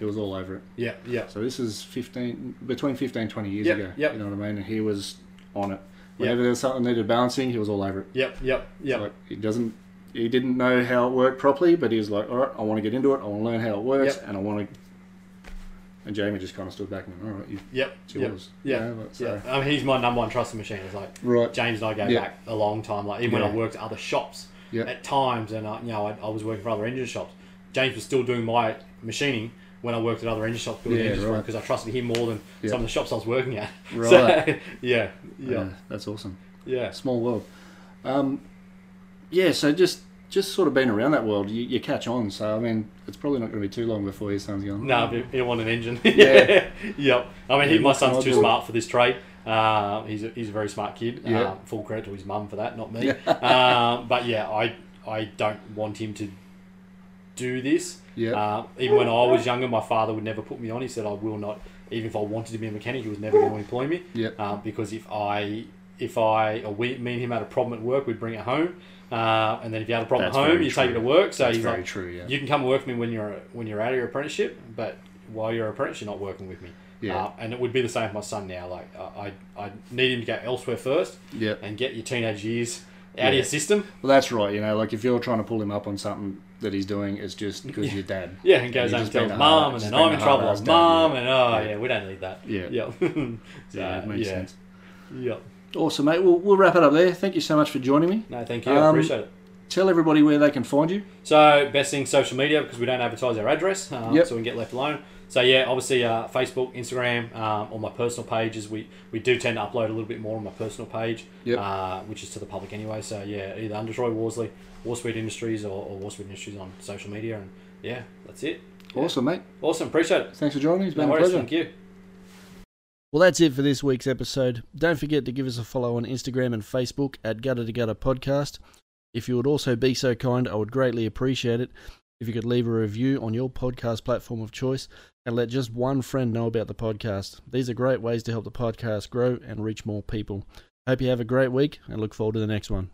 S1: he was all over it.
S2: Yep, yep.
S1: So this is 15, between 15, 20 years
S2: Yep,
S1: ago.
S2: yep.
S1: You know what I mean? And he was on it. Whenever there was something that needed balancing, he was all over it.
S2: Yep, yep, yep.
S1: Like he doesn't, he didn't know how it worked properly, but he was like, all right, I want to get into it. I want to learn how it works, and I want to. And Jamie just kind of stood back and went, all right, you,
S2: Yep,
S1: it's
S2: yep.
S1: yours.
S2: Yeah,
S1: You know, like, so-
S2: Yeah, I mean, he's my number one trusted machine. It's like
S1: Right.
S2: James and I go
S1: Yeah.
S2: back a long time. Like even when
S1: Yeah.
S2: I worked at other shops
S1: Yeah.
S2: uh, at times, and I, you know I, I was working for other engine shops, James was still doing my machining, when I worked at other engine shops building
S1: Yeah,
S2: engines
S1: right.
S2: because I trusted him more than
S1: Yeah.
S2: some of the shops I was working at.
S1: Right.
S2: So, yeah, yeah,
S1: Uh, that's awesome.
S2: yeah.
S1: Small world. Um, yeah, so just just sort of being around that world, you, you catch on. So I mean, it's probably not going to be too long before your son's going.
S2: No, he didn't want an engine.
S1: Yeah.
S2: yep. I mean, he,
S1: Yeah,
S2: my
S1: what can I
S2: son's too
S1: do?
S2: smart for this trade. Uh, he's, a, he's a very smart kid.
S1: Yeah.
S2: Uh, full credit to his mum for that, not me. um, but yeah, I I don't want him to do this.
S1: Yeah.
S2: Uh, even when I was younger, my father would never put me on. He said, "I will not." Even if I wanted to be a mechanic, he was never going to employ me.
S1: Yep.
S2: Uh, because if I if I or we me and him had a problem at work, we'd bring it home. Uh, and then if you had a problem
S1: That's
S2: at home,
S1: very
S2: you take
S1: true.
S2: it to work. So
S1: that's
S2: he's
S1: very
S2: like,
S1: true. Yeah.
S2: you can come work with me when you're when you're out of your apprenticeship, but while you're an apprentice, you're not working with me.
S1: Yeah.
S2: Uh, and it would be the same with my son now. Like I, I, I need him to go elsewhere first
S1: yeah.
S2: and get your teenage years out
S1: Yeah.
S2: of your system.
S1: Well, that's right. You know, like if you're trying to pull him up on something that he's doing, it's just because your dad.
S2: Yeah, and goes
S1: You're
S2: home
S1: just
S2: and tells
S1: being a
S2: mum,
S1: hard-
S2: and
S1: just
S2: then
S1: being
S2: I'm in
S1: a
S2: trouble
S1: hard-ass
S2: with
S1: dad,
S2: mum,
S1: yeah.
S2: and oh
S1: Yeah.
S2: yeah, we don't need that.
S1: Yeah.
S2: Yep. So,
S1: yeah, it makes
S2: uh, yeah.
S1: sense.
S2: Yep.
S1: Awesome, mate. We'll, we'll wrap it up there. Thank you so much for joining me.
S2: No, thank you. I
S1: Um,
S2: appreciate it.
S1: Tell everybody where they can find you.
S2: So, best thing social media because we don't advertise our address, um,
S1: Yep.
S2: so we can get left alone. So yeah, obviously uh, Facebook, Instagram, um, on my personal pages, we we do tend to upload a little bit more on my personal page,
S1: Yep.
S2: uh, which is to the public anyway. So yeah, either under Troy Worsley, Warspeed Industries, or, or Warspeed Industries on social media, and yeah, that's it. Yeah.
S1: Awesome, mate.
S2: Awesome, appreciate it.
S1: Thanks for joining me. It's been
S2: No
S1: a
S2: worries,
S1: pleasure.
S2: thank you.
S3: Well, that's it for this week's episode. Don't forget to give us a follow on Instagram and Facebook at Gutter to Gutter Podcast. If you would also be so kind, I would greatly appreciate it if you could leave a review on your podcast platform of choice and let just one friend know about the podcast. These are great ways to help the podcast grow and reach more people. Hope you have a great week and look forward to the next one.